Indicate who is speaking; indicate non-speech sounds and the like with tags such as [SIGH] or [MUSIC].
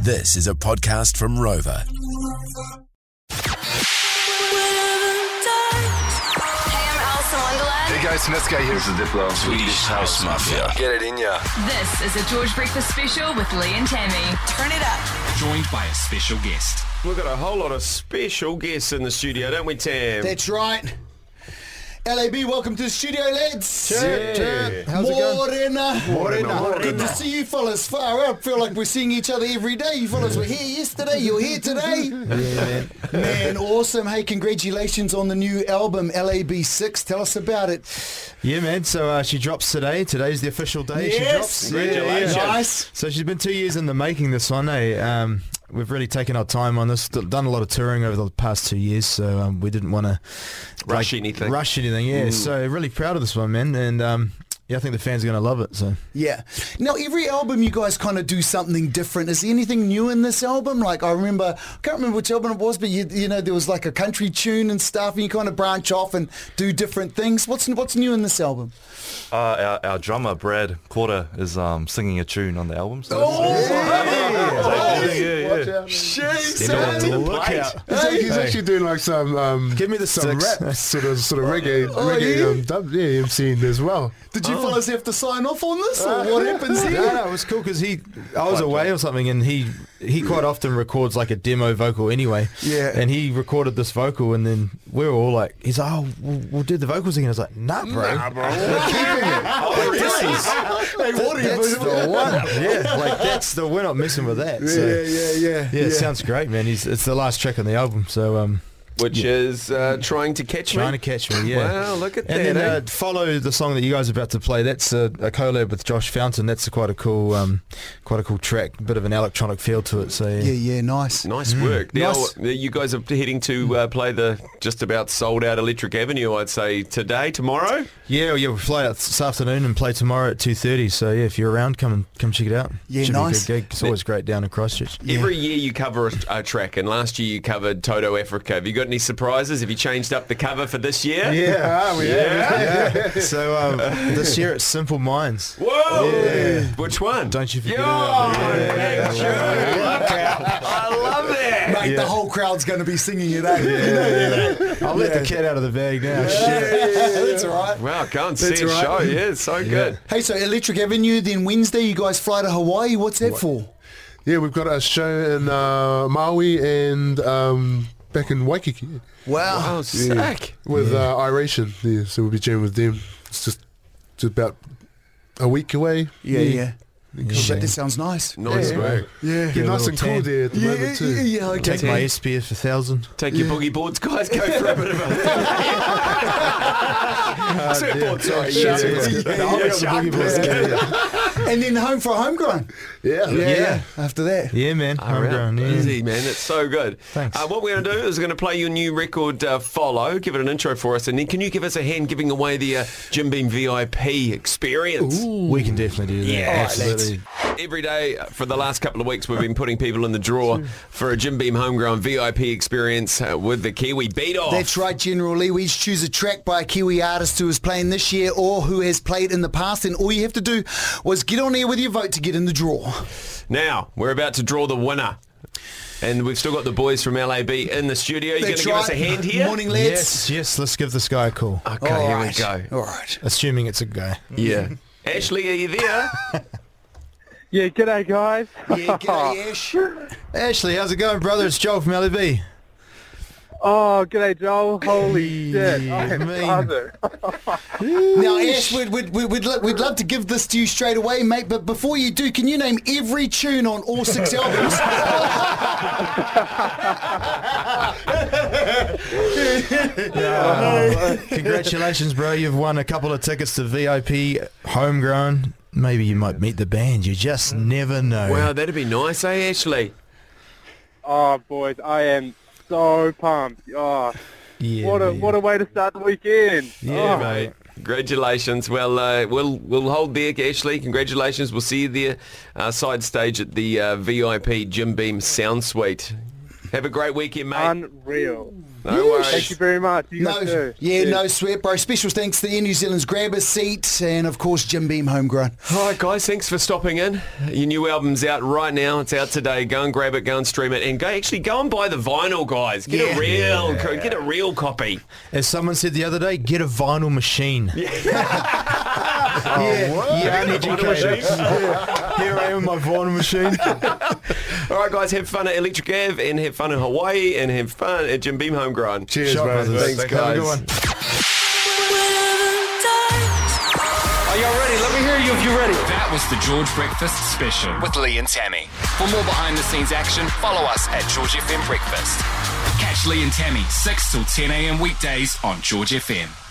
Speaker 1: This is a podcast from Rover.
Speaker 2: Hey, I'm Alice in Wonderland.
Speaker 3: Hey guys, Netsky here. This is Diplo.
Speaker 4: Swedish House Mafia.
Speaker 3: Get it in ya.
Speaker 5: This is a George Breakfast special with Lee and Tammy.
Speaker 2: Turn it up.
Speaker 6: joined by a special guest.
Speaker 7: We've got a whole lot of special guests in the studio, don't we, Tam?
Speaker 8: That's right. LAB, welcome to the studio, lads.
Speaker 7: Cheer, cheer.
Speaker 8: How's Morena.
Speaker 7: Morena, morena.
Speaker 8: Good to see you fellas far out. Feel like we're seeing each other every day. You fellas were here yesterday. You're here [LAUGHS] today. man. awesome. Hey, congratulations on the new album, LAB 6. Tell us about it.
Speaker 9: Yeah, man. So uh, she drops today. Today's the official day she drops.
Speaker 7: Congratulations.
Speaker 8: Nice.
Speaker 9: So she's been two years in the making. This one, eh? Um, we've really taken our time on this. d- Done a lot of touring over the past two years, so um, we didn't want to
Speaker 7: Rush anything.
Speaker 9: Rush anything, yeah. So really proud of this one, man. And um, yeah, I think the fans are gonna love it. So
Speaker 8: Yeah. Now, every album you guys kind of do something different. Is there anything new in this album? Like, I remember, I can't remember which album it was, but you, you know, there was like a country tune and stuff, and you kind of branch off and do different things. What's what's new in this album?
Speaker 10: Uh, our, our drummer Brad Porter is um, singing a tune on the album. So
Speaker 3: Oh,
Speaker 10: that's- yeah, yeah.
Speaker 9: look out.
Speaker 11: He's, act- he's actually doing like some um,
Speaker 9: Give me the Oh,
Speaker 11: some
Speaker 9: sticks.
Speaker 11: rap sort of sort of reggae
Speaker 9: [LAUGHS]
Speaker 11: reggae
Speaker 8: Oh, yeah?
Speaker 11: um, dub, yeah you've seen as well.
Speaker 8: Did you fellas have to sign off on this, or
Speaker 9: [LAUGHS]
Speaker 8: what happens here?
Speaker 9: Uh, No, no, it was cool because he, I was away or something, and he, he quite often records like a demo vocal anyway.
Speaker 11: Yeah.
Speaker 9: And he recorded this vocal, and then we were all like, he's like, oh, we'll, we'll do the vocals again. I was like, nah, bro. Nah, bro. We're keeping
Speaker 8: [LAUGHS]
Speaker 9: it. Like, this is, that's the one. Yeah, like that's the, we're not messing with that. So.
Speaker 11: Yeah, yeah, yeah,
Speaker 9: Yeah, it sounds great, man. He's, it's the last track on the album, so um,
Speaker 7: Which is uh, trying to catch
Speaker 9: trying
Speaker 7: me.
Speaker 9: to catch me. Yeah.
Speaker 7: Wow, look at
Speaker 9: and
Speaker 7: that,
Speaker 9: Then,
Speaker 7: eh?
Speaker 9: uh, follow the song that you guys are about to play. That's a, a collab with Josh Fountain. That's a, quite a cool, um, quite a cool track. Bit of an electronic feel to it. So yeah.
Speaker 8: Yeah, yeah, nice.
Speaker 7: Nice work.
Speaker 8: Nice.
Speaker 7: Now, uh, you guys are heading to uh, play the just about sold out Electric Avenue, I'd say, today, tomorrow.
Speaker 9: Yeah, well, yeah, we'll fly out this afternoon and play tomorrow at two thirty. So yeah, if you're around, come and come check it out.
Speaker 8: Yeah,
Speaker 9: Should
Speaker 8: nice.
Speaker 9: Be a good gig. It's always great down in Christchurch.
Speaker 7: Every year you cover a, a track, and last year you covered Toto Africa. Have you got any surprises? Have you changed up the cover for this year?
Speaker 11: Yeah, we yeah.
Speaker 9: Yeah. [LAUGHS] so um, this year it's Simple Minds.
Speaker 7: Whoa! Which one?
Speaker 9: Don't you forget
Speaker 7: Yo,
Speaker 9: about
Speaker 7: thank you. I love that.
Speaker 8: Mate, the whole crowd's going to be singing
Speaker 11: eh?
Speaker 8: it out. Yeah,
Speaker 9: I'll let the cat out of the bag now.
Speaker 11: [LAUGHS]
Speaker 8: that's all right.
Speaker 7: Wow, go and see
Speaker 8: That's
Speaker 7: a
Speaker 8: right.
Speaker 7: show. Yeah, it's so good.
Speaker 8: Hey, so Electric Avenue, then Wednesday, you guys fly to Hawaii. What's that for?
Speaker 11: yeah. We've got a show in uh, Maui and um, back in Waikiki
Speaker 8: Wow.
Speaker 7: Oh, sick.
Speaker 11: with uh, Iration. Yeah, so we'll be jamming with them. It's just it's about a week away.
Speaker 8: Yeah, yeah.
Speaker 9: Yeah.
Speaker 8: Shit, that sounds nice.
Speaker 7: Nice work.
Speaker 11: Yeah,
Speaker 9: a
Speaker 11: nice
Speaker 9: little
Speaker 11: and cool
Speaker 9: tan.
Speaker 11: there at the moment too.
Speaker 8: okay.
Speaker 9: Take my SPF for thousand.
Speaker 7: Take your boogie boards, guys. Go for a [LAUGHS] bit of a surfboard. Sorry,
Speaker 11: Yeah,
Speaker 7: yeah,
Speaker 11: yeah,
Speaker 7: yeah, yeah, shark boards.
Speaker 8: [LAUGHS] And then home for homegrown.
Speaker 11: Yeah,
Speaker 9: Yeah.
Speaker 8: After that.
Speaker 9: Yeah, man. Homegrown. Yeah.
Speaker 7: Easy, man. It's so good.
Speaker 9: Thanks.
Speaker 7: Uh, what we're going to do is we're going to play your new record, uh, Follow. Give it an intro for us, and then can you give us a hand giving away the uh, Jim Beam VIP experience?
Speaker 9: We can definitely do that.
Speaker 7: Yeah.
Speaker 9: absolutely.
Speaker 7: Every day uh, for the last couple of weeks, we've been putting people in the draw for a Jim Beam homegrown VIP experience uh, with the Kiwi Beat Off.
Speaker 8: That's right, General Lee. We each choose a track by a Kiwi artist who is playing this year or who has played in the past, and all you have to do was get on here with your vote to get in the draw.
Speaker 7: Now, we're about to draw the winner. And we've still got the boys from LAB in the studio. You going to
Speaker 8: That's
Speaker 7: give us a
Speaker 8: right.
Speaker 7: hand here?
Speaker 8: Morning, lads.
Speaker 9: Yes, yes. Let's give this guy a call.
Speaker 7: Okay,
Speaker 8: All
Speaker 7: here
Speaker 8: right.
Speaker 7: we go.
Speaker 8: All right.
Speaker 9: Assuming it's a guy.
Speaker 7: Yeah. Ashley, are you there?
Speaker 4: [LAUGHS] Yeah, g'day guys. [LAUGHS]
Speaker 8: Yeah, g'day, Ash.
Speaker 9: Ashley, how's it going, brother? It's Joel from LEB.
Speaker 4: Oh, g'day Joel. Holy
Speaker 9: Yeah,
Speaker 4: shit. I am
Speaker 9: mean.
Speaker 4: buzzing.
Speaker 8: Now, Ash, we'd, we'd, we'd, we'd, lo- we'd love to give this to you straight away, mate, but before you do, can you name every tune on all six albums?
Speaker 9: Congratulations, bro. You've won a couple of tickets to VIP Homegrown. Maybe you might meet the band. You just never know.
Speaker 7: wow, that'd be nice, eh, Ashley?
Speaker 4: Oh boys, I am so pumped. Oh,
Speaker 9: yeah,
Speaker 4: what a
Speaker 9: man.
Speaker 4: what a way to start the weekend.
Speaker 7: Yeah,
Speaker 4: Oh.
Speaker 7: mate. Congratulations. Well, uh, we'll we'll hold there, Ashley. Congratulations. We'll see you there, uh, side stage at the uh, VIP Jim Beam Sound Suite. Have a great weekend, mate.
Speaker 4: Unreal.
Speaker 7: No
Speaker 4: Thank you
Speaker 7: worries.
Speaker 4: very much. You
Speaker 8: No,
Speaker 4: guys too.
Speaker 8: yeah, no sweat, bro. Special thanks to Air New Zealand's Grab a Seat and, of course, Jim Beam Homegrown.
Speaker 7: All right, guys, thanks for stopping in. Your new album's out right now. It's out today. Go and grab it, go and stream it, and go actually go and buy the vinyl, guys. Get
Speaker 8: Yeah.
Speaker 7: a real, co get a real copy.
Speaker 9: As someone said the other day, get a vinyl machine. Yeah.
Speaker 8: Oh,
Speaker 9: yeah, uneducated. [LAUGHS] Here I am with my vinyl machine.
Speaker 7: All right, guys, have fun at Electric Ave and have fun in Hawaii and have fun at Jim Beam Homegrown.
Speaker 11: Cheers,
Speaker 9: Shot
Speaker 11: brothers.
Speaker 9: brothers.
Speaker 7: Thanks,
Speaker 9: Have a
Speaker 7: guys.
Speaker 9: good one.
Speaker 7: Are y'all ready? Let me hear you if you're ready.
Speaker 6: That was the George Breakfast Special with Lee and Tammy. For more behind the scenes action, follow us at George FM Breakfast. Catch Lee and Tammy 6 till 10 a.m. weekdays on George FM.